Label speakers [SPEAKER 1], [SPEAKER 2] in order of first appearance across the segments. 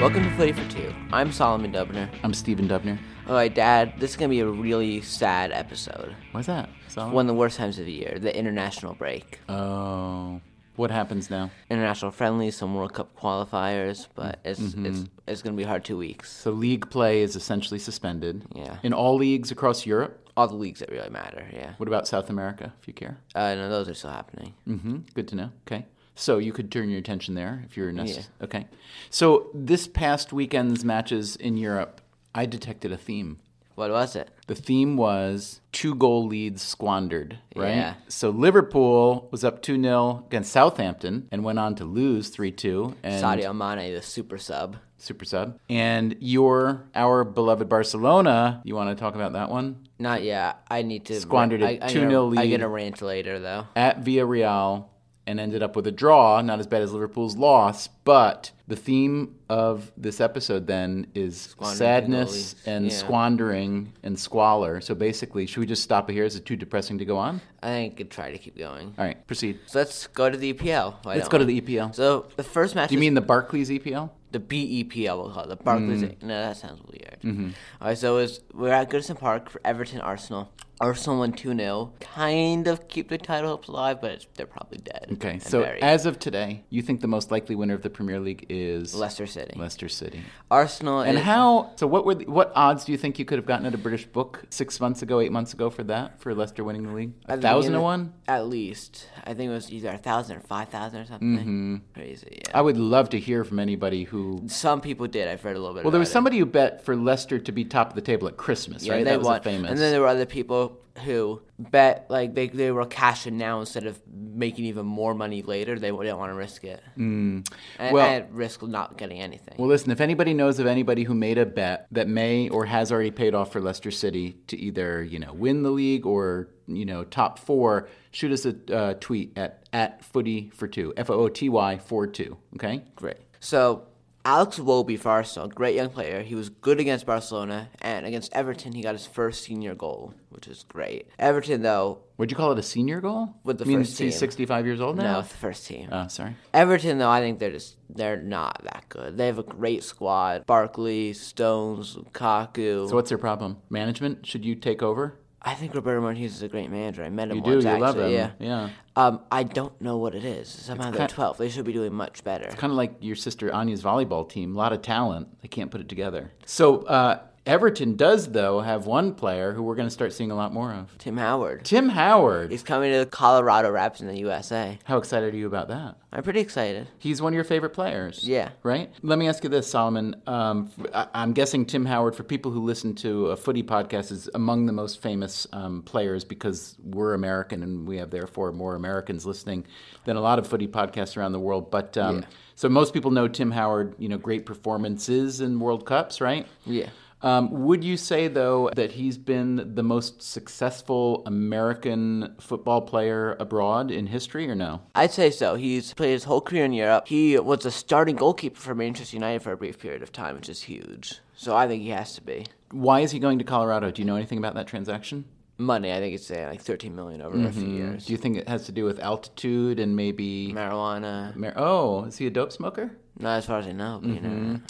[SPEAKER 1] Welcome to Footy for Two. I'm Solomon Dubner.
[SPEAKER 2] I'm Stephen Dubner.
[SPEAKER 1] All right, Dad, this is going to be a really sad episode.
[SPEAKER 2] Why's that? Solid?
[SPEAKER 1] One of the worst times of the year, the international break.
[SPEAKER 2] Oh, what happens now?
[SPEAKER 1] International friendlies, some World Cup qualifiers, but it's
[SPEAKER 2] Mm-hmm.
[SPEAKER 1] it's it's going to be hard two weeks.
[SPEAKER 2] So league play is essentially suspended.
[SPEAKER 1] Yeah.
[SPEAKER 2] In all leagues across Europe.
[SPEAKER 1] All the leagues that really matter, yeah.
[SPEAKER 2] What about South America, if you care?
[SPEAKER 1] Uh, no, those are still happening.
[SPEAKER 2] Mm-hmm. Good to know. Okay. So you could turn your attention there if you're necessary. Okay. So this past weekend's matches in Europe, I detected a theme.
[SPEAKER 1] What was it?
[SPEAKER 2] The theme was two goal leads squandered, right?
[SPEAKER 1] Yeah.
[SPEAKER 2] So Liverpool was up 2 0 against Southampton and went on to lose 3 2.
[SPEAKER 1] Sadio Mane, the super sub.
[SPEAKER 2] Super sub. And your, our beloved Barcelona, you want to talk about that one?
[SPEAKER 1] Not yet. I need to
[SPEAKER 2] Squandered a
[SPEAKER 1] I- I get
[SPEAKER 2] 2-0
[SPEAKER 1] I get
[SPEAKER 2] lead.
[SPEAKER 1] a rant later though.
[SPEAKER 2] At Villarreal and ended up with a draw, not as bad as Liverpool's loss, but the theme of this episode then is
[SPEAKER 1] Squandering
[SPEAKER 2] sadness
[SPEAKER 1] penalties.
[SPEAKER 2] and
[SPEAKER 1] Yeah.
[SPEAKER 2] squandering and squalor. So basically, should we just stop it here? Is it too depressing to go on?
[SPEAKER 1] I think I could try to keep going.
[SPEAKER 2] All right, proceed.
[SPEAKER 1] So let's go to the EPL. Why
[SPEAKER 2] Let's
[SPEAKER 1] don't
[SPEAKER 2] go to
[SPEAKER 1] we?
[SPEAKER 2] the EPL.
[SPEAKER 1] So the first match
[SPEAKER 2] Do you
[SPEAKER 1] is
[SPEAKER 2] mean the Barclays E EPL?
[SPEAKER 1] the E BEPL we'll call it, the Barclays.
[SPEAKER 2] Mm.
[SPEAKER 1] No, that sounds weird.
[SPEAKER 2] Mm-hmm.
[SPEAKER 1] All right, so it was, we're at Goodison Park for Everton Arsenal. Arsenal won 2 0. Kind of keep their title hopes alive, but it's, they're probably dead.
[SPEAKER 2] Okay,
[SPEAKER 1] and
[SPEAKER 2] so
[SPEAKER 1] buried.
[SPEAKER 2] as of today, you think the most likely winner of the Premier League is
[SPEAKER 1] Leicester City.
[SPEAKER 2] Leicester City.
[SPEAKER 1] Arsenal
[SPEAKER 2] And
[SPEAKER 1] is-
[SPEAKER 2] how? So what were the, what odds do you think you could have gotten at a British book six months ago, eight months ago for that for Leicester winning the league? A
[SPEAKER 1] at the
[SPEAKER 2] thousand to
[SPEAKER 1] beginning-
[SPEAKER 2] one.
[SPEAKER 1] At least. I think it was either a 1,000 or 5,000 or something.
[SPEAKER 2] Mm-hmm.
[SPEAKER 1] Crazy, yeah.
[SPEAKER 2] I would love to hear from anybody who.
[SPEAKER 1] Some people did. I've read a little bit
[SPEAKER 2] Well, there
[SPEAKER 1] about
[SPEAKER 2] was
[SPEAKER 1] it.
[SPEAKER 2] somebody who bet for Leicester to be top of the table at Christmas,
[SPEAKER 1] Yeah,
[SPEAKER 2] right?
[SPEAKER 1] they
[SPEAKER 2] That was
[SPEAKER 1] won.
[SPEAKER 2] a famous.
[SPEAKER 1] And then there were other people who bet like they they were cashing now instead of making even more money later. They didn't want to risk it. Mm. And,
[SPEAKER 2] Well-
[SPEAKER 1] and risk not getting anything.
[SPEAKER 2] well, listen, if anybody knows of anybody who made a bet that may or has already paid off for Leicester City to either you know win the league or you know top four, shoot us a uh, tweet at at footy for two f o o t y for two. Okay.
[SPEAKER 1] Great. So Alex Wobey for Arsenal, great young player. He was good against Barcelona and against Everton. He got his first senior goal, which is great. Everton though,
[SPEAKER 2] Would you call it a senior goal?
[SPEAKER 1] With the
[SPEAKER 2] I mean,
[SPEAKER 1] first
[SPEAKER 2] he's
[SPEAKER 1] team.
[SPEAKER 2] 65 years old
[SPEAKER 1] no,
[SPEAKER 2] now?
[SPEAKER 1] it's the first team.
[SPEAKER 2] Oh, sorry.
[SPEAKER 1] Everton, though, I think they're just they're not that good. They have a great squad: Barkley, Stones, Kaku.
[SPEAKER 2] So what's their problem? Management? Should you take over?
[SPEAKER 1] I think Roberto Martinez is a great manager. I met him
[SPEAKER 2] You do.
[SPEAKER 1] once.
[SPEAKER 2] you
[SPEAKER 1] actually.
[SPEAKER 2] love them.
[SPEAKER 1] Yeah.
[SPEAKER 2] yeah.
[SPEAKER 1] Um, I don't know what it is. Somehow they're
[SPEAKER 2] kind-
[SPEAKER 1] 12. They should be doing much better.
[SPEAKER 2] Kind of like your sister Anya's volleyball team. A lot of talent. They can't put it together. So uh, Everton does, though, have one player who we're going to start seeing a lot more of.
[SPEAKER 1] Tim Howard.
[SPEAKER 2] Tim Howard.
[SPEAKER 1] He's coming to the Colorado Rapids in the USA.
[SPEAKER 2] How excited are you about that?
[SPEAKER 1] I'm pretty excited.
[SPEAKER 2] He's one of your favorite players.
[SPEAKER 1] Yeah.
[SPEAKER 2] Right? Let me ask you this, Solomon. Um, I- I'm guessing Tim Howard, for people who listen to a footy podcast, is among the most famous um, players because we're American and we have therefore more Americans listening than a lot of footy podcasts around the world. But um,
[SPEAKER 1] Yeah.
[SPEAKER 2] so most people know Tim Howard, you know, great performances in World Cups, right?
[SPEAKER 1] Yeah.
[SPEAKER 2] Um, would you say, though, that he's been the most successful American football player abroad in history or no?
[SPEAKER 1] I'd say so. He's played his whole career in Europe. He was a starting goalkeeper for Manchester United for a brief period of time, which is huge. So I think he has to be.
[SPEAKER 2] Why is he going to Colorado? Do you know anything about that transaction?
[SPEAKER 1] Money, I think it's uh, like 13 million over a few years.
[SPEAKER 2] Do you think it has to do with altitude and maybe?
[SPEAKER 1] Marijuana,
[SPEAKER 2] Mar- oh, is he a dope smoker?
[SPEAKER 1] not as far as I know, but you
[SPEAKER 2] Mm-hmm.
[SPEAKER 1] know.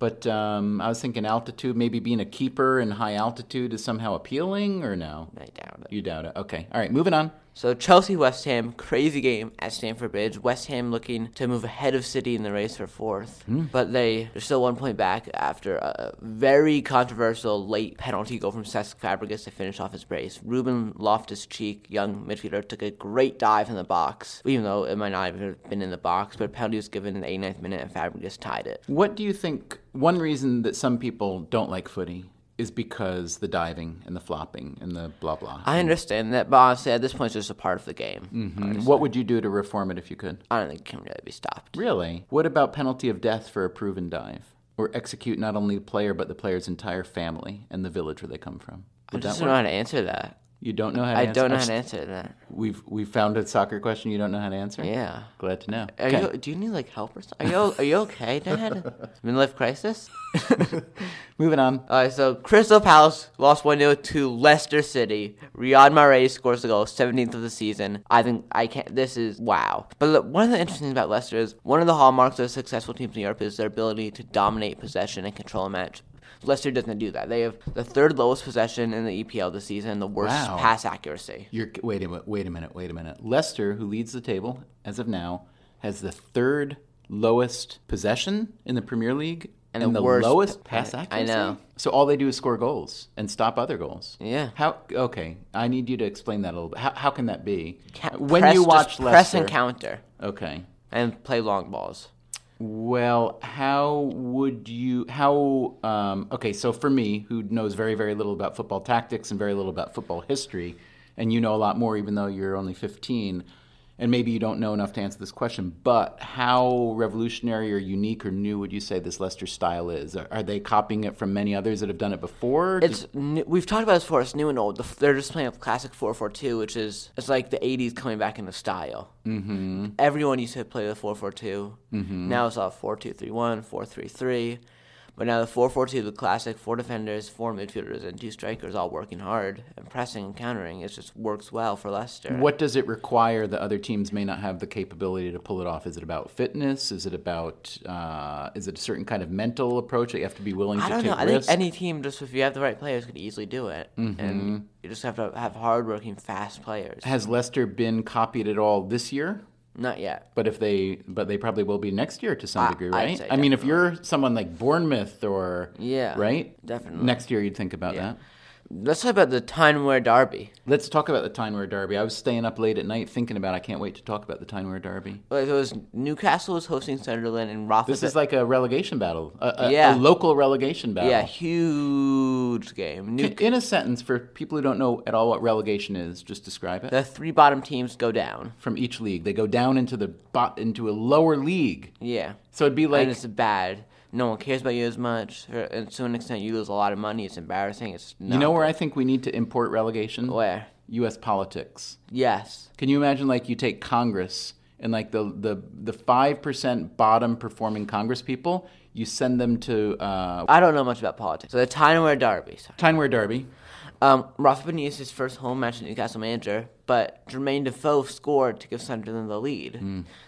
[SPEAKER 2] But um, I was thinking altitude, maybe being a keeper in high altitude is somehow appealing, or no?
[SPEAKER 1] I doubt it.
[SPEAKER 2] You doubt it. Okay. All right. Moving on.
[SPEAKER 1] So Chelsea West Ham, crazy game at Stamford Bridge. West Ham looking to move ahead of City in the race for fourth,
[SPEAKER 2] Hmm.
[SPEAKER 1] but they are still one point back after a very controversial late penalty goal from Cesc Fabregas to finish off his brace. Ruben Loftus-Cheek, young midfielder, took a great dive in the box, even though it might not even have been in the box. But a penalty was given in the 89th minute, and Fabregas tied it.
[SPEAKER 2] What do you think? One reason that some people don't like footy is because the diving and the flopping and the blah blah.
[SPEAKER 1] I understand that, but honestly, at this point, it's just a part of the game.
[SPEAKER 2] Mm, what would you do to reform it if you could?
[SPEAKER 1] I don't think it can really be stopped.
[SPEAKER 2] Really? What about penalty of death for a proven dive? Or execute not only the player, but the player's entire family and the village where they come from?
[SPEAKER 1] I
[SPEAKER 2] Would that
[SPEAKER 1] just don't know how to answer that.
[SPEAKER 2] You don't know how to
[SPEAKER 1] I
[SPEAKER 2] answer.
[SPEAKER 1] don't know
[SPEAKER 2] I've
[SPEAKER 1] how to
[SPEAKER 2] st-
[SPEAKER 1] answer that.
[SPEAKER 2] We've we found a soccer question you don't know how to answer.
[SPEAKER 1] Yeah.
[SPEAKER 2] Glad to know.
[SPEAKER 1] Are
[SPEAKER 2] Okay.
[SPEAKER 1] you? Do you need like help or something? Are you? Are you okay, Dad? Midlife crisis.
[SPEAKER 2] Moving on.
[SPEAKER 1] All right, so Crystal Palace lost 1-0 to Leicester City. Riyad Mahrez scores the goal, 17th of the season. I think I can't. This is wow. But look, one of the interesting things about Leicester is one of the hallmarks of successful teams in Europe is their ability to dominate possession and control a match. Leicester doesn't do that. They have the third lowest possession in the EPL this season, the worst
[SPEAKER 2] Wow.
[SPEAKER 1] pass accuracy.
[SPEAKER 2] You're wait a minute. Wait a minute. Wait a minute. Leicester, who leads the table as of now, has the third lowest possession in the Premier League
[SPEAKER 1] And the worst-
[SPEAKER 2] lowest pass
[SPEAKER 1] I- I
[SPEAKER 2] accuracy.
[SPEAKER 1] know.
[SPEAKER 2] So all they do is score goals and stop other goals.
[SPEAKER 1] Yeah.
[SPEAKER 2] How? Okay. I need you to explain that a little bit. How, how can that be?
[SPEAKER 1] Ca-
[SPEAKER 2] when
[SPEAKER 1] press-
[SPEAKER 2] you
[SPEAKER 1] just
[SPEAKER 2] watch
[SPEAKER 1] press
[SPEAKER 2] Leicester.
[SPEAKER 1] and counter
[SPEAKER 2] Okay.
[SPEAKER 1] and play long balls.
[SPEAKER 2] Well, how would you? How? Um, okay, so for me, who knows very, very little about football tactics and very little about football history, and you know a lot more, even though you're only 15, and maybe you don't know enough to answer this question. But how revolutionary or unique or new would you say this Leicester style is? Are, are they copying it from many others that have done it before?
[SPEAKER 1] It's new, we've talked about this before. It's new and old. The, f- they're just playing a classic four four two, which is it's like the '80s coming back into style. Mm-hmm. Everyone used to play the four four two.
[SPEAKER 2] Mm-hmm.
[SPEAKER 1] Now it's all four two three one, four three three. But now the four four two, the classic four defenders, four midfielders, and two strikers all working hard and pressing and countering. It just works well for Leicester.
[SPEAKER 2] What does it require that other teams may not have the capability to pull it off? Is it about fitness? Is it about uh, is it a certain kind of mental approach that you have to be willing
[SPEAKER 1] I
[SPEAKER 2] to
[SPEAKER 1] don't
[SPEAKER 2] take
[SPEAKER 1] know. I think
[SPEAKER 2] risks?
[SPEAKER 1] any team, just if you have the right players, could easily do it.
[SPEAKER 2] Mm-hmm.
[SPEAKER 1] And you just have to have hardworking, fast players.
[SPEAKER 2] Has Leicester been copied at all this year?
[SPEAKER 1] Not yet.
[SPEAKER 2] But if they but they probably will be next year to some degree,
[SPEAKER 1] I'd
[SPEAKER 2] right?
[SPEAKER 1] say
[SPEAKER 2] I mean, if you're someone like Bournemouth or
[SPEAKER 1] Yeah,
[SPEAKER 2] right,
[SPEAKER 1] definitely.
[SPEAKER 2] next year you'd think about that.
[SPEAKER 1] Let's talk about the Tyneware Derby.
[SPEAKER 2] Let's talk about the Tyneware Derby. I was staying up late at night thinking about. I can't wait to talk about the Tyneware Derby.
[SPEAKER 1] Well, it was Newcastle was hosting Sunderland and Rotherham.
[SPEAKER 2] This is like a relegation battle, a, a,
[SPEAKER 1] Yeah.
[SPEAKER 2] a local relegation battle.
[SPEAKER 1] yeah, huge game. New-
[SPEAKER 2] In a sentence, for people who don't know at all what relegation is, just describe it.
[SPEAKER 1] the three bottom teams go down.
[SPEAKER 2] From each league, they go down into the bot into a lower league.
[SPEAKER 1] Yeah,
[SPEAKER 2] So it'd be
[SPEAKER 1] and
[SPEAKER 2] like
[SPEAKER 1] it's bad. No one cares about you as much, or- and to an extent, you lose a lot of money. It's embarrassing. It's not
[SPEAKER 2] you know where I think we need to import relegation.
[SPEAKER 1] where.
[SPEAKER 2] U.S. politics.
[SPEAKER 1] Yes,
[SPEAKER 2] Can you imagine like you take Congress and like the the the five percent bottom performing Congress people, you send them to uh,
[SPEAKER 1] I don't know much about politics. So the Tyneware Derby. Sorry.
[SPEAKER 2] Tyneware Derby.
[SPEAKER 1] Um, Rafa Benitez's first home match as Newcastle manager, but Jermaine Defoe scored to give Sunderland the lead.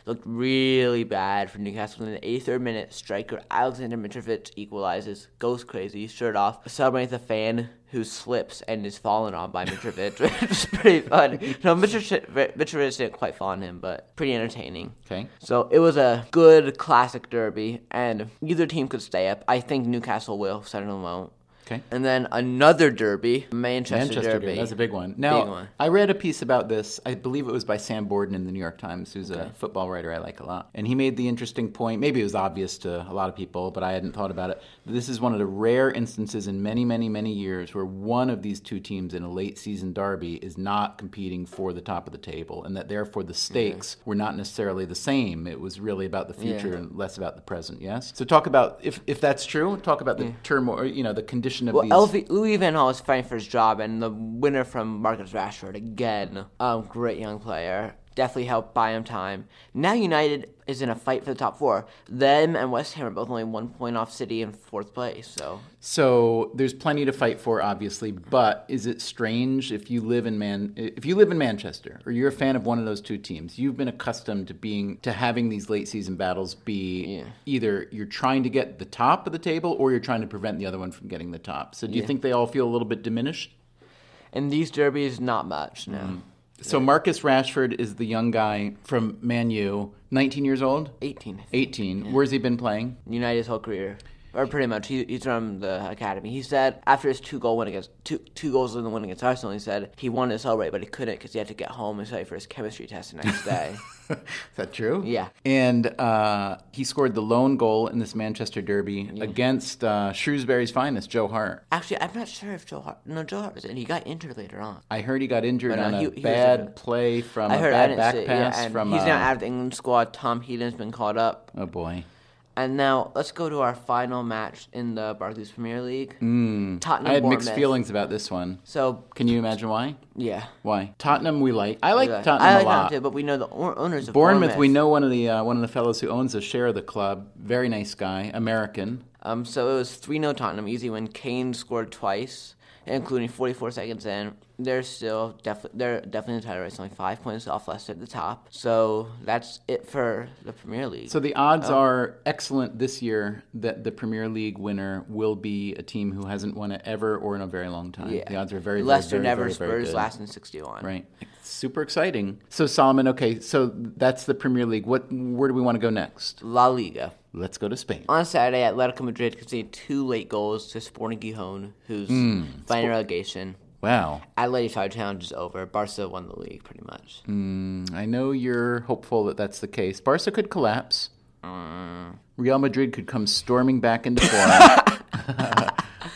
[SPEAKER 1] Looked really bad for Newcastle in the 83rd minute. Striker Alexander Mitrovic equalizes, goes crazy, shirt off, celebrates a fan who slips and is fallen on by Mitrovic, which is pretty fun. No, Mitrovic, Mitrovic didn't quite fall on him, but pretty entertaining.
[SPEAKER 2] Okay.
[SPEAKER 1] So it was a good classic derby, and either team could stay up. I think Newcastle will, Sunderland won't.
[SPEAKER 2] Okay.
[SPEAKER 1] And then another derby, Manchester,
[SPEAKER 2] Manchester
[SPEAKER 1] Derby.
[SPEAKER 2] Derby. That's a big one. Now,
[SPEAKER 1] Big one.
[SPEAKER 2] I read a piece about this. I believe it was by Sam Borden in the New York Times, who's a football writer I like a lot. And he made the interesting point. Maybe it was obvious to a lot of people, but I hadn't thought about it. This is one of the rare instances in many, many, many years where one of these two teams in a late season derby is not competing for the top of the table, and that therefore
[SPEAKER 1] Mm-hmm.
[SPEAKER 2] the stakes were not necessarily the same. It was really about the future
[SPEAKER 1] Yeah.
[SPEAKER 2] and less about the present. Yes. So talk about if, if that's true. Talk about the turmoil. You know, the condition of
[SPEAKER 1] Well,
[SPEAKER 2] these.
[SPEAKER 1] LV, Louis Van Hall is fighting for his job, and the winner from Marcus Rashford again. Um, great young player. Definitely helped buy him time. Now United is in a fight for the top four. Them and West Ham are both only one point off City in fourth place. So
[SPEAKER 2] So there's plenty to fight for, obviously. But is it strange if you live in Man, if you live in Manchester, or you're a fan of one of those two teams, you've been accustomed to being to having these late season battles be
[SPEAKER 1] Yeah.
[SPEAKER 2] either you're trying to get the top of the table, or you're trying to prevent the other one from getting the top. So do you think they all feel a little bit diminished?
[SPEAKER 1] in these derbies, not much. No,
[SPEAKER 2] Mm. So Marcus Rashford is the young guy from Man U, 19 years old,
[SPEAKER 1] eighteen. I think.
[SPEAKER 2] 18. Where's he been playing?
[SPEAKER 1] United's whole career, or pretty much. He, he's from the academy. He said after his two goal win against two two goals in the win against Arsenal, he said he wanted to celebrate, but he couldn't because he had to get home and study for his chemistry test the next day.
[SPEAKER 2] Is that true?
[SPEAKER 1] Yeah.
[SPEAKER 2] And uh, he scored the lone goal in this Manchester Derby against uh, Shrewsbury's finest, Joe Hart.
[SPEAKER 1] Actually, I'm not sure if Joe Hart. No, Joe Hart was in. He got injured later on.
[SPEAKER 2] I heard he got injured
[SPEAKER 1] no,
[SPEAKER 2] on a
[SPEAKER 1] uh, he- he was
[SPEAKER 2] bad
[SPEAKER 1] different.
[SPEAKER 2] play from
[SPEAKER 1] I
[SPEAKER 2] a
[SPEAKER 1] heard I
[SPEAKER 2] bad
[SPEAKER 1] didn't
[SPEAKER 2] back
[SPEAKER 1] see. it,
[SPEAKER 2] pass
[SPEAKER 1] yeah, and
[SPEAKER 2] from
[SPEAKER 1] he's
[SPEAKER 2] a,
[SPEAKER 1] now out of the England squad. Tom Heaton's been called up.
[SPEAKER 2] oh boy.
[SPEAKER 1] And now let's go to our final match in the Barclays Premier League. Tottenham.
[SPEAKER 2] Hmm. I had mixed
[SPEAKER 1] Bournemouth.
[SPEAKER 2] feelings about this one.
[SPEAKER 1] So
[SPEAKER 2] Can you imagine why?
[SPEAKER 1] yeah,
[SPEAKER 2] Why? Tottenham, we like. I like
[SPEAKER 1] Yeah.
[SPEAKER 2] Tottenham
[SPEAKER 1] I
[SPEAKER 2] a
[SPEAKER 1] like
[SPEAKER 2] lot.
[SPEAKER 1] Tottenham, too, but we know the o- owners of
[SPEAKER 2] Bournemouth,
[SPEAKER 1] Bournemouth.
[SPEAKER 2] we know one of the uh, one of the fellows who owns a share of the club. Very nice guy, American.
[SPEAKER 1] Um, so it was 3 0 Tottenham, easy when Kane scored twice, including 44 seconds in. They're still def- they're definitely in the title race, only five points off Leicester at the top. So that's it for the Premier League.
[SPEAKER 2] So the odds
[SPEAKER 1] Oh.
[SPEAKER 2] are excellent this year that the Premier League winner will be a team who hasn't won it ever or in a very long time. The odds are very, very,
[SPEAKER 1] Leicester
[SPEAKER 2] very,
[SPEAKER 1] never
[SPEAKER 2] very, very
[SPEAKER 1] Spurs
[SPEAKER 2] good.
[SPEAKER 1] last in 61.
[SPEAKER 2] Right. Super exciting. So Solomon, okay, so that's the Premier League. What where do we want to go next?
[SPEAKER 1] La Liga.
[SPEAKER 2] Let's go to Spain.
[SPEAKER 1] On Saturday, Atletico Madrid conceded two late goals to Sporting Gijon, who's
[SPEAKER 2] Hmm.
[SPEAKER 1] fighting relegation.
[SPEAKER 2] Wow.
[SPEAKER 1] Atletico side challenge is over. Barca won the league pretty much.
[SPEAKER 2] Hmm. I know you're hopeful that that's the case. Barca could collapse.
[SPEAKER 1] Uh.
[SPEAKER 2] Real Madrid could come storming back into form.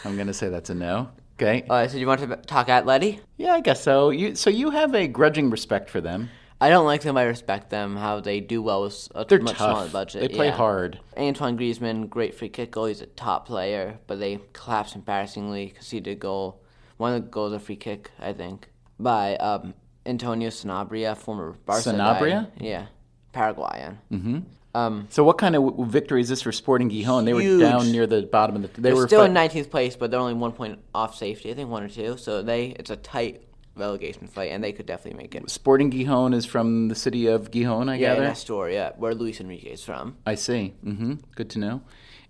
[SPEAKER 2] I'm going to say that's a no. Okay.
[SPEAKER 1] Uh, so do you want to talk Atleti?
[SPEAKER 2] Yeah, I guess so. You so you have a grudging respect for them.
[SPEAKER 1] I don't like them. I respect them. How they do well with a
[SPEAKER 2] They're
[SPEAKER 1] much smaller
[SPEAKER 2] tough.
[SPEAKER 1] budget.
[SPEAKER 2] they play
[SPEAKER 1] yeah.
[SPEAKER 2] hard.
[SPEAKER 1] Antoine Griezmann, great free kick goal. He's a top player, but they collapsed embarrassingly. Conceded a goal. One of the goals a free kick, I think, by um, Antonio Sanabria, former Barca. guy.
[SPEAKER 2] Sanabria? Mm-hmm.
[SPEAKER 1] Yeah, Paraguayan.
[SPEAKER 2] So what kind of w- w- victory is this for Sporting Gijon? They were
[SPEAKER 1] Huge.
[SPEAKER 2] down near the bottom of the. They
[SPEAKER 1] They're
[SPEAKER 2] were
[SPEAKER 1] still
[SPEAKER 2] fi-
[SPEAKER 1] in 19th place, but they're only one point off safety. I think one or two. So they, it's a tight relegation fight, and they could definitely make it.
[SPEAKER 2] Sporting Gijon is from the city of Gijon, I
[SPEAKER 1] Yeah, in
[SPEAKER 2] gather.
[SPEAKER 1] Astoria, where Luis Enrique is from.
[SPEAKER 2] I see. hmm Good to know.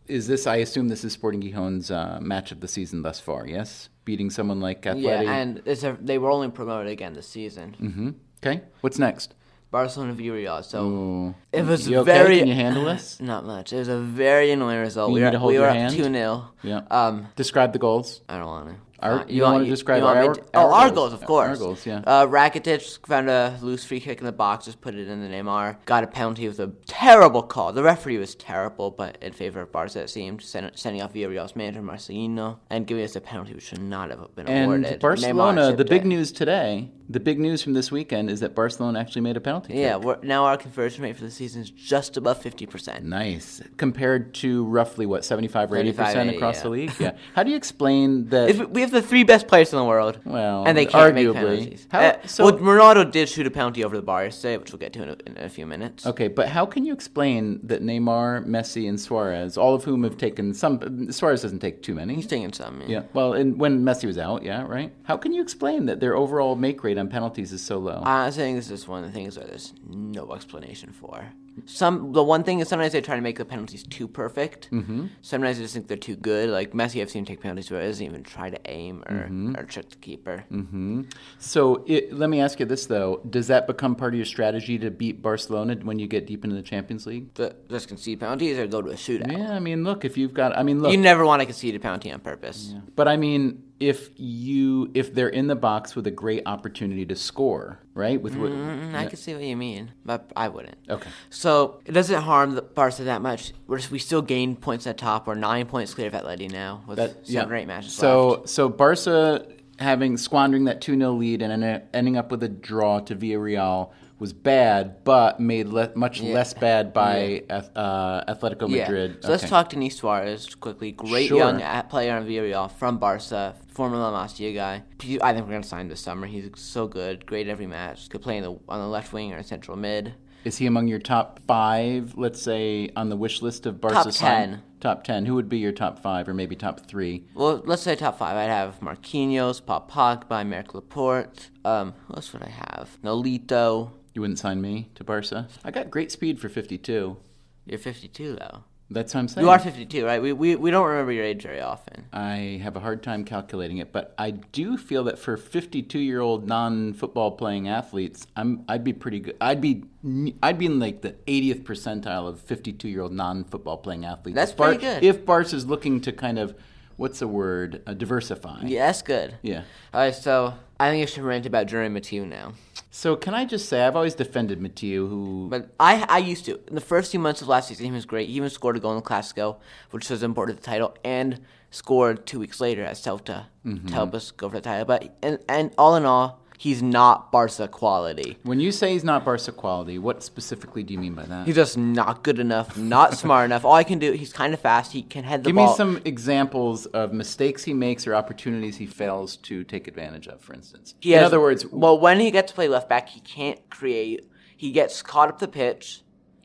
[SPEAKER 2] Is this? I assume this is Sporting Gijon's uh, match of the season thus far. Yes, beating someone like Atleti.
[SPEAKER 1] Yeah, and it's a, they were only promoted again this season.
[SPEAKER 2] Okay. What's next?
[SPEAKER 1] Barcelona Villarreal. So
[SPEAKER 2] Ooh.
[SPEAKER 1] it was
[SPEAKER 2] Mm. You okay?
[SPEAKER 1] very.
[SPEAKER 2] Can you handle this?
[SPEAKER 1] Not much. It was a very annoying result. we
[SPEAKER 2] need
[SPEAKER 1] were,
[SPEAKER 2] to hold
[SPEAKER 1] we
[SPEAKER 2] your
[SPEAKER 1] were
[SPEAKER 2] hand?
[SPEAKER 1] up 2 0.
[SPEAKER 2] Yeah.
[SPEAKER 1] Um,
[SPEAKER 2] Describe the goals.
[SPEAKER 1] I don't Uh, want to.
[SPEAKER 2] Our- you wanna describe our-
[SPEAKER 1] oh,
[SPEAKER 2] our
[SPEAKER 1] our,
[SPEAKER 2] goals.
[SPEAKER 1] goals,
[SPEAKER 2] Our
[SPEAKER 1] of course.
[SPEAKER 2] goals, yeah.
[SPEAKER 1] Uh, Rakitic found a loose free kick in the box, just put it in the Neymar. Got a penalty with a terrible call. The referee was terrible, but in favor of Barca, it seemed, send, sending off Villarreal's manager, Marcelino, and giving us a penalty which should not have been
[SPEAKER 2] And
[SPEAKER 1] awarded. Neymar
[SPEAKER 2] Barcelona, the
[SPEAKER 1] chipped
[SPEAKER 2] big
[SPEAKER 1] it.
[SPEAKER 2] news today, the big news from this weekend is that Barcelona actually made a penalty. kick.
[SPEAKER 1] Yeah, we're, now our conversion rate for the season is just above 50%.
[SPEAKER 2] Nice. Compared to roughly what, 75 or
[SPEAKER 1] 75,
[SPEAKER 2] 80%
[SPEAKER 1] 80,
[SPEAKER 2] across
[SPEAKER 1] yeah.
[SPEAKER 2] the league? Yeah. How do you explain that?
[SPEAKER 1] If we- we have the three best players in the world.
[SPEAKER 2] Well,
[SPEAKER 1] and they can't
[SPEAKER 2] arguably.
[SPEAKER 1] make penalties.
[SPEAKER 2] How-
[SPEAKER 1] Uh,
[SPEAKER 2] so-
[SPEAKER 1] well, Ronaldo did shoot a penalty over the bar yesterday, which we'll get to in a, in a few minutes.
[SPEAKER 2] Okay, but how can you explain that Neymar, Messi, and Suarez, all of whom have taken some, Suarez doesn't take too many.
[SPEAKER 1] He's taking some. Yeah.
[SPEAKER 2] Yeah, well, and when Messi was out, yeah, right? How can you explain that their overall make rate on penalties is so low?
[SPEAKER 1] Uh, I think this is one of the things that there's no explanation for. Some the one thing is sometimes they try to make the penalties too perfect. Mm-hmm. Sometimes I just think they're too good. Like Messi, I've seen take penalties where he doesn't even try to aim or,
[SPEAKER 2] Mm-hmm.
[SPEAKER 1] or check the keeper.
[SPEAKER 2] Mm. So it, let me ask you this though: Does that become part of your strategy to beat Barcelona when you get deep into the Champions League?
[SPEAKER 1] Th- Just concede penalties or go to a shootout.
[SPEAKER 2] Yeah, I mean, look, if you've got, I mean, look,
[SPEAKER 1] You never want to concede a penalty on purpose.
[SPEAKER 2] but I mean, if you if they're in the box with a great opportunity to score, right? With what-
[SPEAKER 1] Mm, I can see what you mean, but I wouldn't.
[SPEAKER 2] okay,
[SPEAKER 1] So it doesn't harm the Barca that much. We're just, we still gain points at top. We're nine points clear of Atleti now with
[SPEAKER 2] That-
[SPEAKER 1] seven or eight matches
[SPEAKER 2] So
[SPEAKER 1] left.
[SPEAKER 2] so Barca having squandering that two 0 lead and en- ending up with a draw to Villarreal was bad, but made le- much less bad by Ath- uh, Atletico
[SPEAKER 1] Yeah.
[SPEAKER 2] Madrid.
[SPEAKER 1] So let's
[SPEAKER 2] Okay.
[SPEAKER 1] talk Denis Suarez quickly. Great
[SPEAKER 2] Sure.
[SPEAKER 1] young at player on Villarreal from Barca, former La Masia guy. He- I think we're gonna sign him this summer. He's so good, great every match. Could play in the, on the left wing or central mid.
[SPEAKER 2] Is he among your top five, let's say, on the wish list of Barca?
[SPEAKER 1] Top
[SPEAKER 2] sign-
[SPEAKER 1] 10.
[SPEAKER 2] Top 10. Who would be your top five or maybe top three?
[SPEAKER 1] Well, let's say top five. I'd have Marquinhos, Pop Pogba, Merrick Laporte. Um, who else would I have? Nolito.
[SPEAKER 2] You wouldn't sign me to Barca? I got great speed for 52.
[SPEAKER 1] You're 52 though.
[SPEAKER 2] That's what I'm saying.
[SPEAKER 1] You are 52, right? We, we we don't remember your age very often.
[SPEAKER 2] I have a hard time calculating it, but I do feel that for 52 year old non football playing athletes, I'm, I'd be pretty good. I'd be, I'd be in like the 80th percentile of 52 year old non football playing athletes.
[SPEAKER 1] That's
[SPEAKER 2] If Bar-
[SPEAKER 1] pretty good.
[SPEAKER 2] If Barca is looking to kind of, what's the word, uh, diversify.
[SPEAKER 1] Yeah, that's good.
[SPEAKER 2] Yeah.
[SPEAKER 1] All right, so I think I should rant about Jerry Mathieu now.
[SPEAKER 2] So can I just say I've always defended Mathieu, who
[SPEAKER 1] But I I used to. In the first few months of last season, he was great. He even scored a goal in the Clasico, which was important to the title, and
[SPEAKER 2] Mm-hmm.
[SPEAKER 1] scored two weeks later at Celta to help us go for the title. But and, and all in all, he's not Barca quality.
[SPEAKER 2] When you say he's not Barca quality, what specifically do you mean by that?
[SPEAKER 1] He's just not good enough, not smart enough. All I can do, he's kind of fast. He can head the
[SPEAKER 2] Give
[SPEAKER 1] ball.
[SPEAKER 2] me some examples of mistakes he makes or opportunities he fails to take advantage of, for instance.
[SPEAKER 1] He
[SPEAKER 2] In
[SPEAKER 1] has-
[SPEAKER 2] other words,
[SPEAKER 1] well, when he gets to play left back, he can't create. He gets caught up the pitch.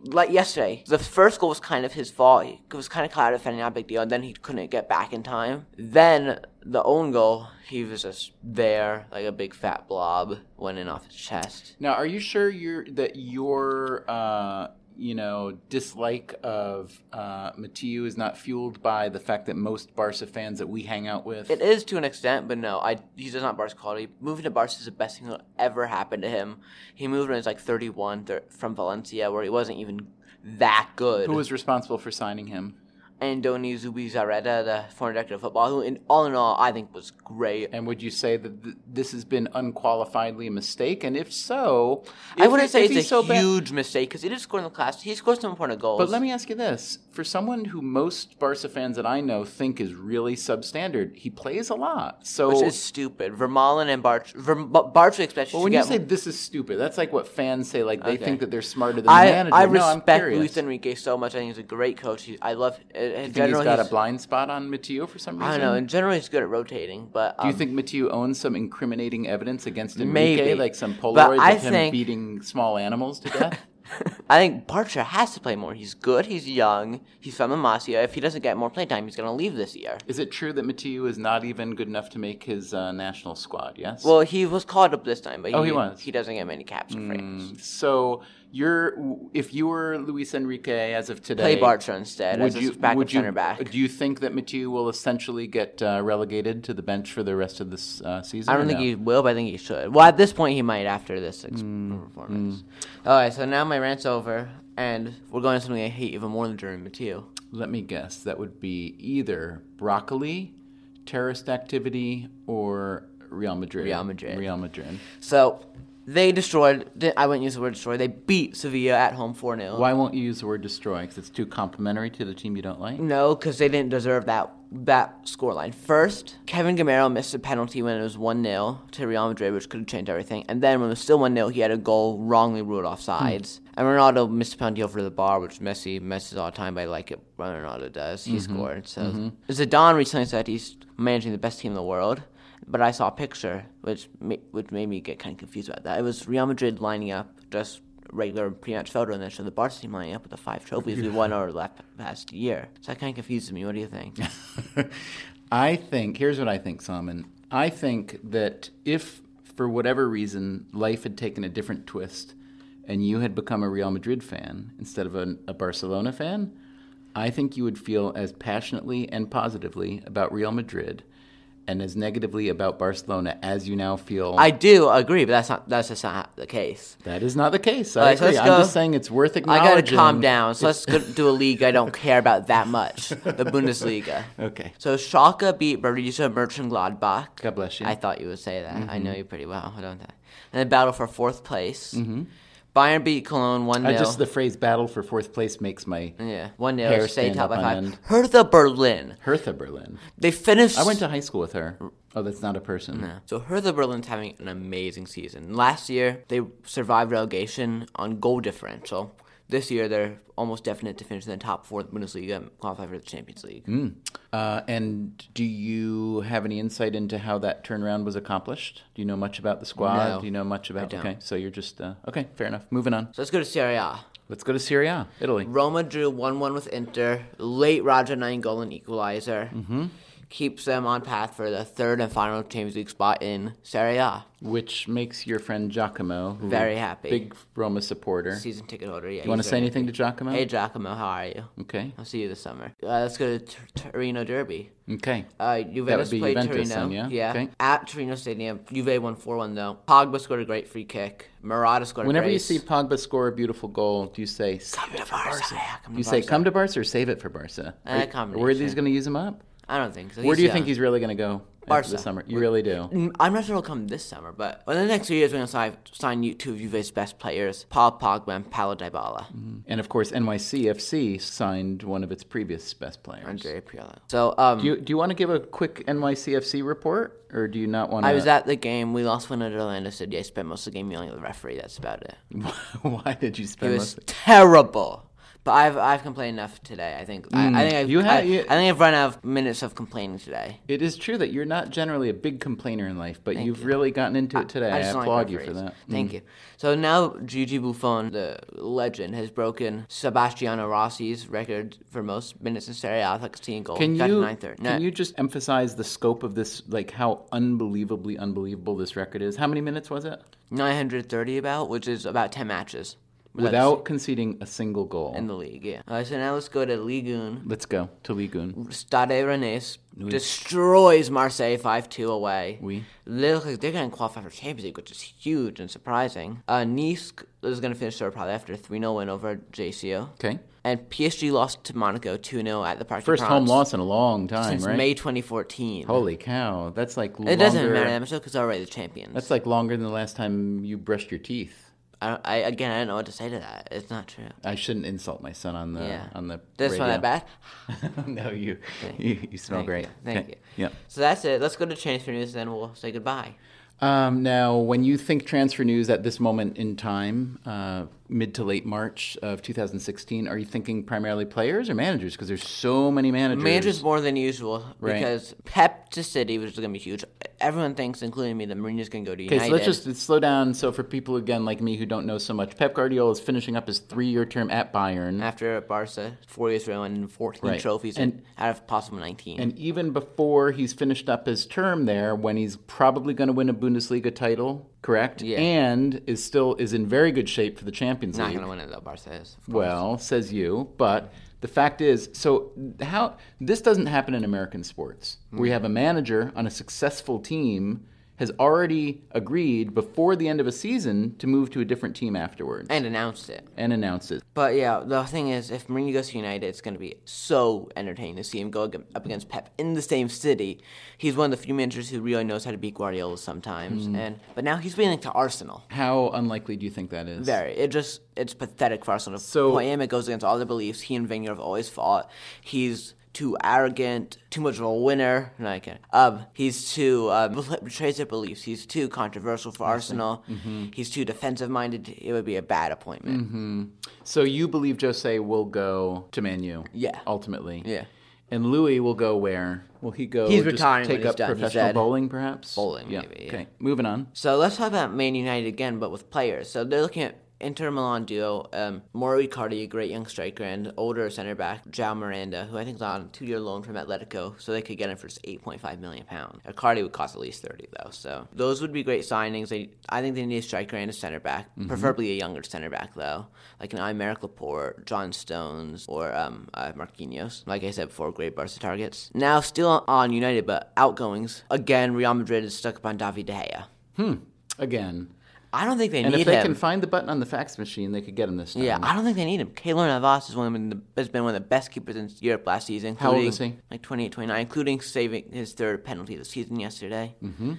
[SPEAKER 1] Like yesterday, the first goal was kind of his fault. It was kind of caught out defending, not a big deal. And then he couldn't get back in time. Then the own goal, he was just there like a big fat blob, went in off his chest.
[SPEAKER 2] Now, are you sure you're, that your uh, you know dislike of uh, Mathieu is not fueled by the fact that most Barca fans that we hang out with?
[SPEAKER 1] It is to an extent, but no, I he's just not Barca quality. Moving to Barca is the best thing that ever happened to him. He moved when he was like 31 thir- from Valencia, where he wasn't even that good.
[SPEAKER 2] Who was responsible for signing him,
[SPEAKER 1] Andoni Zubizarreta, the former director of football, who, in, all in all, I think was great.
[SPEAKER 2] and would you say that th- this has been unqualifiedly a mistake? And if so,
[SPEAKER 1] I
[SPEAKER 2] if
[SPEAKER 1] wouldn't
[SPEAKER 2] he-
[SPEAKER 1] say
[SPEAKER 2] if
[SPEAKER 1] it's a
[SPEAKER 2] he's so bad-
[SPEAKER 1] huge mistake because he did score in the class. He scored some important goals.
[SPEAKER 2] But let me ask you this: for someone who most Barca fans that I know think is really substandard, he plays a lot. So
[SPEAKER 1] which is stupid. Vermaelen and Barch. Verm- Barch expected
[SPEAKER 2] Well,
[SPEAKER 1] to
[SPEAKER 2] when you
[SPEAKER 1] get.
[SPEAKER 2] say this is stupid, that's like what fans say. Like they
[SPEAKER 1] Okay.
[SPEAKER 2] think that they're smarter than the
[SPEAKER 1] I,
[SPEAKER 2] manager.
[SPEAKER 1] I
[SPEAKER 2] no, I'm
[SPEAKER 1] respect
[SPEAKER 2] curious.
[SPEAKER 1] Luis Enrique so much. I think he's a great coach. He, I love. uh, In in
[SPEAKER 2] think
[SPEAKER 1] general,
[SPEAKER 2] he's got
[SPEAKER 1] he's-
[SPEAKER 2] a blind spot on Mateo for some reason?
[SPEAKER 1] I don't know. In general, he's good at rotating, but
[SPEAKER 2] Do
[SPEAKER 1] um,
[SPEAKER 2] you think Mateo owns some incriminating evidence against Enrique,
[SPEAKER 1] Maybe.
[SPEAKER 2] like some
[SPEAKER 1] But
[SPEAKER 2] Polaroids
[SPEAKER 1] I
[SPEAKER 2] of him
[SPEAKER 1] think-
[SPEAKER 2] beating small animals to death?
[SPEAKER 1] I think Bartra has to play more. He's good. He's young. He's from Masia. If he doesn't get more playtime, he's going to leave this year.
[SPEAKER 2] is it true that Mateo is not even good enough to make his uh, national squad? Yes.
[SPEAKER 1] Well, he was called up this time, but
[SPEAKER 2] Oh, he was. Hmm.
[SPEAKER 1] He doesn't get many caps for France.
[SPEAKER 2] so you're if you were Luis Enrique as of today,
[SPEAKER 1] Play Bartra instead as
[SPEAKER 2] would you
[SPEAKER 1] a backup
[SPEAKER 2] would you uh,
[SPEAKER 1] center back.
[SPEAKER 2] do you think that Mateo will essentially get uh, relegated to the bench for the rest of this uh, season?
[SPEAKER 1] I
[SPEAKER 2] or
[SPEAKER 1] don't think
[SPEAKER 2] no?
[SPEAKER 1] he will, but I think he should. Well, at this point, he might after this ex-
[SPEAKER 2] Hmm.
[SPEAKER 1] performance. All right, so now my rant's over, and we're going to something I hate even more than German Mateo.
[SPEAKER 2] Let me guess. That would be either broccoli, terrorist activity, or Real Madrid.
[SPEAKER 1] Real Madrid.
[SPEAKER 2] Real Madrid.
[SPEAKER 1] So they destroyed. di- I wouldn't use the word destroy. They beat Sevilla at home four 0
[SPEAKER 2] Why won't you use the word destroy? Because it's too complimentary to the team you don't like.
[SPEAKER 1] No, because they didn't deserve that that scoreline. First, Kevin Gamero missed a penalty when it was 1 0 to Real Madrid, which could have changed everything. And then when it was still 1 0, he had a goal wrongly ruled off sides. And Ronaldo missed a penalty over the bar, which Messi messes all the time, but I like it when Ronaldo does. He scored. So Zidane recently said he's managing the best team in the world. But I saw a picture, which ma- which made me get kind of confused about that. It was Real Madrid lining up just regular pre-match photo and then show the Barca team lining up with the five trophies we won over the past year. So that kind of confuses me. What do you think?
[SPEAKER 2] I think here's what I think, Salman. I think that if for whatever reason life had taken a different twist and you had become a Real Madrid fan instead of an, a Barcelona fan, I think you would feel as passionately and positively about Real Madrid and as negatively about Barcelona as you now feel.
[SPEAKER 1] I do agree, but that's not that's just not the case.
[SPEAKER 2] that is not the case. I
[SPEAKER 1] All right, so
[SPEAKER 2] agree.
[SPEAKER 1] let's
[SPEAKER 2] I'm
[SPEAKER 1] go-
[SPEAKER 2] just saying it's worth
[SPEAKER 1] I
[SPEAKER 2] acknowledging.
[SPEAKER 1] gotta calm down. So let's go do a league I don't care about that much. The Bundesliga.
[SPEAKER 2] Okay.
[SPEAKER 1] So Schalke beat Borussia Mönchengladbach.
[SPEAKER 2] God bless you.
[SPEAKER 1] I thought you would say that. I
[SPEAKER 2] Mm-hmm.
[SPEAKER 1] know you pretty well, don't I? And the battle for fourth place. Bayern beat Cologne one 0
[SPEAKER 2] Mm-hmm. I just the phrase "battle for fourth place" makes my
[SPEAKER 1] Yeah, one 0
[SPEAKER 2] Hair
[SPEAKER 1] Stay
[SPEAKER 2] stand
[SPEAKER 1] top
[SPEAKER 2] up
[SPEAKER 1] by
[SPEAKER 2] on
[SPEAKER 1] five.
[SPEAKER 2] end.
[SPEAKER 1] Hertha Berlin.
[SPEAKER 2] Hertha Berlin.
[SPEAKER 1] They finished.
[SPEAKER 2] I went to high school with her. Oh, that's not a person.
[SPEAKER 1] So Hertha Berlin's having an amazing season. Last year they survived relegation on goal differential. This year they're almost definite to finish in the top four of the Bundesliga and qualify for the Champions League.
[SPEAKER 2] Uh, and do you have any insight into how that turnaround was accomplished? Do you know much about the squad?
[SPEAKER 1] No,
[SPEAKER 2] do you know much about?
[SPEAKER 1] don't.
[SPEAKER 2] Okay, so you're just uh, okay. Fair enough. Moving on.
[SPEAKER 1] So let's go to Serie A.
[SPEAKER 2] Let's go to Serie A, Italy.
[SPEAKER 1] Roma drew one one with Inter. Late Roger nine goal and equalizer
[SPEAKER 2] Mm-hmm.
[SPEAKER 1] keeps them on path for the third and final Champions League spot in Serie A.
[SPEAKER 2] Which makes your friend Giacomo who-
[SPEAKER 1] Very happy.
[SPEAKER 2] big Roma supporter.
[SPEAKER 1] Season ticket holder. Yeah,
[SPEAKER 2] you want to say anything to Giacomo?
[SPEAKER 1] Hey Giacomo, how are you?
[SPEAKER 2] Okay.
[SPEAKER 1] I'll see you this summer. Uh, let's go to Tur- Torino Derby.
[SPEAKER 2] Okay.
[SPEAKER 1] Uh, Juventus
[SPEAKER 2] be
[SPEAKER 1] played
[SPEAKER 2] Juventus
[SPEAKER 1] Torino.
[SPEAKER 2] then, yeah? Okay.
[SPEAKER 1] At Torino Stadium, Juve won 4 1 though. Pogba scored a great free kick. Murata scored
[SPEAKER 2] Whenever
[SPEAKER 1] a
[SPEAKER 2] you
[SPEAKER 1] brace.
[SPEAKER 2] see Pogba score a beautiful goal, do you say
[SPEAKER 1] Come to Barca. yeah, come to
[SPEAKER 2] you say
[SPEAKER 1] Barca.
[SPEAKER 2] come to Barca or save it for Barca?
[SPEAKER 1] Uh,
[SPEAKER 2] Are you- Where are
[SPEAKER 1] combination.
[SPEAKER 2] he's going to use him up?
[SPEAKER 1] I don't think so.
[SPEAKER 2] Where
[SPEAKER 1] He's
[SPEAKER 2] do you
[SPEAKER 1] young.
[SPEAKER 2] think he's really going to go? after the
[SPEAKER 1] Barca.
[SPEAKER 2] summer. You really do.
[SPEAKER 1] Mm, I'm not sure it'll come this summer, but in the next few years, we're going to sign, sign you- two of Juve's best players, Paul Pogba and Paulo Dybala.
[SPEAKER 2] And of course, NYCFC signed one of its previous best players.
[SPEAKER 1] Andre Pirlo. So um,
[SPEAKER 2] Do you, do you want to give a quick NYCFC report, or do you not want to?
[SPEAKER 1] I was at the game. We lost 1-0 to Orlando City. I spent most of the game yelling at the referee. That's about it.
[SPEAKER 2] Why did you
[SPEAKER 1] It
[SPEAKER 2] spend?
[SPEAKER 1] was
[SPEAKER 2] most of-
[SPEAKER 1] terrible. But I've I've complained enough today. I think I, I think I've,
[SPEAKER 2] Mm. You ha-
[SPEAKER 1] I,
[SPEAKER 2] you-
[SPEAKER 1] I think I've run out of minutes of complaining today.
[SPEAKER 2] It is true that you're not generally a big complainer in life, but you've really gotten into it today. I,
[SPEAKER 1] just don't like
[SPEAKER 2] applaud you for
[SPEAKER 1] referees.
[SPEAKER 2] that. Mm.
[SPEAKER 1] Thank you. So now Gigi Buffon, the legend, has broken Sebastiano Rossi's record for most minutes in Serie A, with, like 16 goals.
[SPEAKER 2] Can
[SPEAKER 1] Got to
[SPEAKER 2] you
[SPEAKER 1] 9-3. No,
[SPEAKER 2] can you just emphasize the scope of this, like how unbelievably unbelievable this record is? How many minutes was it
[SPEAKER 1] 930 about, which is about 10 matches
[SPEAKER 2] without conceding a single goal?
[SPEAKER 1] in the league. Yeah. All right, so now let's go to Ligue 1.
[SPEAKER 2] Let's go to Ligun.
[SPEAKER 1] Stade Rennais destroys Marseille 5 2 away.
[SPEAKER 2] Oui.
[SPEAKER 1] They're going to qualify for Champions League, which is huge and surprising. Uh, nice is going to finish third probably after a 3 0 win over JCO.
[SPEAKER 2] Okay,
[SPEAKER 1] And PSG lost to Monaco 2 0 at the Parc des
[SPEAKER 2] first home
[SPEAKER 1] Princes
[SPEAKER 2] loss in a long time,
[SPEAKER 1] since
[SPEAKER 2] right?
[SPEAKER 1] May 2014.
[SPEAKER 2] Holy cow, that's like
[SPEAKER 1] it doesn't
[SPEAKER 2] longer-
[SPEAKER 1] matter that much because they're already the champions.
[SPEAKER 2] That's like longer than the last time you brushed your teeth.
[SPEAKER 1] I, don't, I Again, I don't know what to say to that. It's not true.
[SPEAKER 2] I shouldn't insult my son on the
[SPEAKER 1] Yeah.
[SPEAKER 2] Uh, on the.
[SPEAKER 1] That's not that
[SPEAKER 2] radio.
[SPEAKER 1] bad.
[SPEAKER 2] no, you, you you smell
[SPEAKER 1] Thank
[SPEAKER 2] great.
[SPEAKER 1] you. Thank
[SPEAKER 2] Okay.
[SPEAKER 1] you.
[SPEAKER 2] Yeah.
[SPEAKER 1] So that's it. Let's go to transfer news, then we'll say goodbye.
[SPEAKER 2] Um, now, when you think transfer news at this moment in time, uh, mid to late March of 2016, are you thinking primarily players or managers? Because there's so many managers.
[SPEAKER 1] Managers more than usual
[SPEAKER 2] Right.
[SPEAKER 1] because Pep to City, which is going to be huge. Everyone thinks, including me, that Mourinho's going to go to United.
[SPEAKER 2] Okay, so let's just slow down. So, for people again like me who don't know so much, Pep Guardiola is finishing up his three-year term at Bayern.
[SPEAKER 1] after Barca, four years ago, and 14
[SPEAKER 2] Right.
[SPEAKER 1] trophies
[SPEAKER 2] And-
[SPEAKER 1] out of possible 19.
[SPEAKER 2] And even before he's finished up his term there, when he's probably going to win a Bundesliga title, correct?
[SPEAKER 1] Yeah.
[SPEAKER 2] And is still is in very good shape for the Champions
[SPEAKER 1] not
[SPEAKER 2] League.
[SPEAKER 1] going to win it, though, Barca is. of course.
[SPEAKER 2] Well, says you, but the fact is, so how this doesn't happen in American sports. where you
[SPEAKER 1] Mm.
[SPEAKER 2] have a manager on a successful team has already agreed before the end of a season to move to a different team afterwards
[SPEAKER 1] and announced it.
[SPEAKER 2] and announces.
[SPEAKER 1] But yeah, the thing is, if Mourinho goes to United, it's going to be so entertaining to see him go ag- up against Pep in the same city. He's one of the few managers who really knows how to beat Guardiola sometimes.
[SPEAKER 2] Mm.
[SPEAKER 1] And But now he's being to Arsenal.
[SPEAKER 2] How unlikely do you think that is?
[SPEAKER 1] Very. It just it's pathetic for Arsenal to
[SPEAKER 2] So-
[SPEAKER 1] play him. It goes against all the beliefs he and Wenger have always fought. He's too arrogant, too much of a winner. No, I can't. Um, he's too um, betrays their beliefs. He's too controversial for Arsenal. He's too defensive minded. It would be a bad appointment.
[SPEAKER 2] So you believe Jose will go to Man U?
[SPEAKER 1] Yeah.
[SPEAKER 2] Ultimately.
[SPEAKER 1] Yeah.
[SPEAKER 2] And Louis will go where? Will he go?
[SPEAKER 1] He's
[SPEAKER 2] just
[SPEAKER 1] retiring
[SPEAKER 2] Take
[SPEAKER 1] when he's
[SPEAKER 2] up
[SPEAKER 1] done, he
[SPEAKER 2] professional
[SPEAKER 1] said.
[SPEAKER 2] bowling, perhaps.
[SPEAKER 1] Bowling, maybe, yeah.
[SPEAKER 2] Okay. Moving on.
[SPEAKER 1] So let's talk about Man United again, but with players. So they're looking at Inter Milan duo, um, Mauro Icardi, a great young striker, and older center back Jao Miranda, who I think is on a two-year loan from Atletico, so they could get him for just 8.5 million pound. Icardi would cost at least 30 though, so those would be great signings. They, I think they need a striker and a center back, preferably a younger center back though, like an Imeric Laporte, John Stones, or um, uh, Marquinhos. Like I said before, great Barca targets. Now still on United, but outgoings again. Real Madrid is stuck upon David De Gea.
[SPEAKER 2] Again.
[SPEAKER 1] I don't think they
[SPEAKER 2] And
[SPEAKER 1] need
[SPEAKER 2] if they
[SPEAKER 1] him.
[SPEAKER 2] can find the button on the fax machine, they could get him this time.
[SPEAKER 1] yeah, I don't think they need him. Keylor Navas is one of the, has been one of the best keepers in Europe last season.
[SPEAKER 2] How old
[SPEAKER 1] including-
[SPEAKER 2] is he?
[SPEAKER 1] Like 28, 29, including saving his third penalty of the season yesterday. Mm-hmm.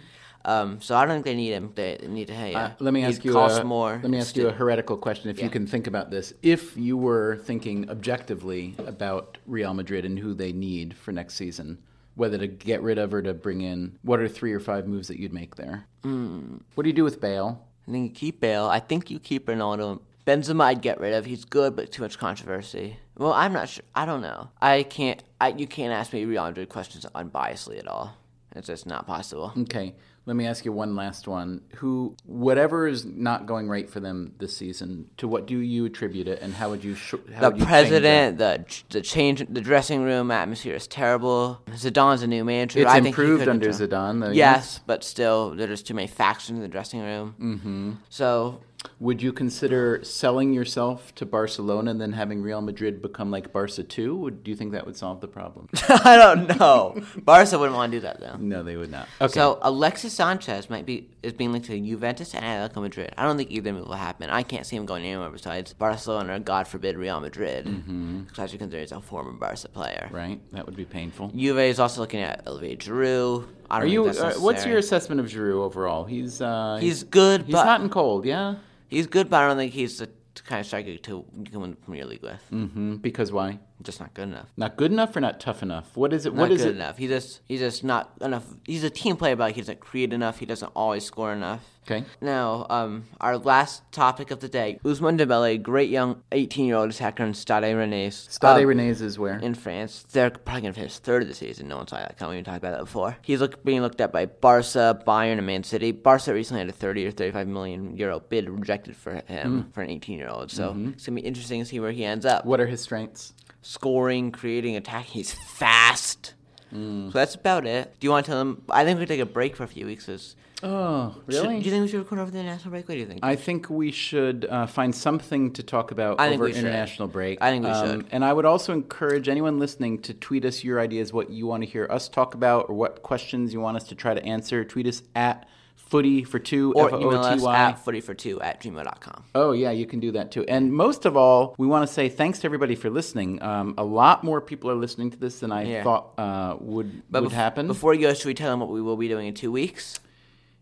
[SPEAKER 1] Um, so I don't think they need him. They need to. Hey,
[SPEAKER 2] Uh, let me
[SPEAKER 1] he
[SPEAKER 2] ask you.
[SPEAKER 1] Costs
[SPEAKER 2] a,
[SPEAKER 1] more.
[SPEAKER 2] Let me ask you a heretical question. If you can think about this, if you were thinking objectively about Real Madrid and who they need for next season, whether to get rid of or to bring in, what are three or five moves that you'd make there?
[SPEAKER 1] Hmm.
[SPEAKER 2] What do you do with Bale?
[SPEAKER 1] I think you keep Bale. I think you keep Ronaldo. Benzema, I'd get rid of. He's good, but too much controversy. Well, I'm not sure. I don't know. I can't. I, you can't ask me Real Madrid questions unbiasedly at all. It's just not possible.
[SPEAKER 2] Okay, let me ask you one last one. Who, whatever is not going right for them this season, to what do you attribute it, and how would you? Sh- how
[SPEAKER 1] the
[SPEAKER 2] would you change that?
[SPEAKER 1] president, the the change, the dressing room atmosphere is terrible. Zidane's a new manager.
[SPEAKER 2] It's
[SPEAKER 1] I think he
[SPEAKER 2] improved
[SPEAKER 1] could
[SPEAKER 2] under
[SPEAKER 1] control-
[SPEAKER 2] Zidane, though.
[SPEAKER 1] Yes, but still, there's too many factions in the dressing room. Mm-hmm. So
[SPEAKER 2] Would you consider selling yourself to Barcelona and then having Real Madrid become like Barca too? Would do you think that would solve the problem?
[SPEAKER 1] I don't know. Barca wouldn't want to do that though.
[SPEAKER 2] no, they would not. Okay.
[SPEAKER 1] So Alexis Sanchez might be is being linked to Juventus and Atletico Madrid. I don't think either move will happen. I can't see him going anywhere besides Barcelona or God forbid Real Madrid,
[SPEAKER 2] Mm-hmm.
[SPEAKER 1] because as you consider he's a former Barca player.
[SPEAKER 2] right, that would be painful.
[SPEAKER 1] Juve is also looking at Olivier Giroud, I
[SPEAKER 2] Are
[SPEAKER 1] don't
[SPEAKER 2] you?
[SPEAKER 1] Think that's
[SPEAKER 2] uh, what's
[SPEAKER 1] necessary.
[SPEAKER 2] your assessment of Giroud overall? He's uh,
[SPEAKER 1] He's good,
[SPEAKER 2] he's
[SPEAKER 1] but
[SPEAKER 2] hot and cold, yeah.
[SPEAKER 1] he's good, but I don't think he's the kind of striker to you can win the Premier League with.
[SPEAKER 2] Mm, because why?
[SPEAKER 1] Just not good enough.
[SPEAKER 2] Not good enough or not tough enough? What is it?
[SPEAKER 1] Not
[SPEAKER 2] what is
[SPEAKER 1] good
[SPEAKER 2] it?
[SPEAKER 1] enough. He just he's just not enough. He's a team player, but he doesn't create enough. He doesn't always score enough.
[SPEAKER 2] Okay.
[SPEAKER 1] Now, um, our last topic of the day: Usman Dembele, great young 18-year-old attacker in Stade Rennais.
[SPEAKER 2] Stade
[SPEAKER 1] Um,
[SPEAKER 2] Rene's is where?
[SPEAKER 1] in France. They're probably going to finish third of the season. No one saw that coming. We talked about that before. He's look, being looked at by Barca, Bayern, and Man City. Barca recently had a 30 or 35 million euro bid rejected for
[SPEAKER 2] Mm-hmm.
[SPEAKER 1] him for an 18 year old. So it's going to be interesting to see where he ends up.
[SPEAKER 2] what are his strengths?
[SPEAKER 1] Scoring, creating, attacking. He's fast.
[SPEAKER 2] Mm.
[SPEAKER 1] So that's about it. Do you want to tell him? I think we take a break for a few weeks. Is,
[SPEAKER 2] Oh,
[SPEAKER 1] should-
[SPEAKER 2] really? Uh,
[SPEAKER 1] do you think we should record over the national break? What do you think?
[SPEAKER 2] I think we should uh, find something to talk about
[SPEAKER 1] I think
[SPEAKER 2] over
[SPEAKER 1] we should.
[SPEAKER 2] international break. Um,
[SPEAKER 1] I think we should.
[SPEAKER 2] And I would also encourage anyone listening to tweet us your ideas, what you want to hear us talk about, or what questions you want us to try to answer. Tweet us at footy for two
[SPEAKER 1] or
[SPEAKER 2] F O
[SPEAKER 1] email
[SPEAKER 2] T
[SPEAKER 1] us
[SPEAKER 2] Y.
[SPEAKER 1] at footyfor2 at gmail.com.
[SPEAKER 2] Oh, yeah, you can do that too. And most of all, we want to say thanks to everybody for listening. Um, a lot more people are listening to this than I
[SPEAKER 1] Yeah.
[SPEAKER 2] thought uh, would,
[SPEAKER 1] But
[SPEAKER 2] would
[SPEAKER 1] bef-
[SPEAKER 2] happen.
[SPEAKER 1] Before you go, should we tell him what we will be doing in two weeks?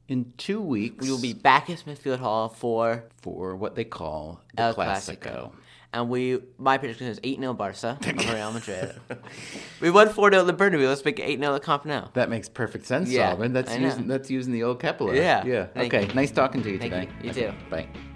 [SPEAKER 2] In two weeks,
[SPEAKER 1] We will be back at Smithfield Hall for
[SPEAKER 2] for what they call the
[SPEAKER 1] El
[SPEAKER 2] Classico.
[SPEAKER 1] Clasico. And we, my prediction is 8 0 Barca over Real Madrid. we won 4 0 at Bernabeu. Let's make 8 0 at Camp Nou.
[SPEAKER 2] That makes perfect sense,
[SPEAKER 1] Yeah,
[SPEAKER 2] Solomon. That's
[SPEAKER 1] I know.
[SPEAKER 2] using that's using the old Kepler.
[SPEAKER 1] Yeah,
[SPEAKER 2] Yeah.
[SPEAKER 1] thank
[SPEAKER 2] okay.
[SPEAKER 1] you.
[SPEAKER 2] Nice talking to you
[SPEAKER 1] Thank
[SPEAKER 2] today.
[SPEAKER 1] you. You
[SPEAKER 2] Okay,
[SPEAKER 1] too.
[SPEAKER 2] Bye.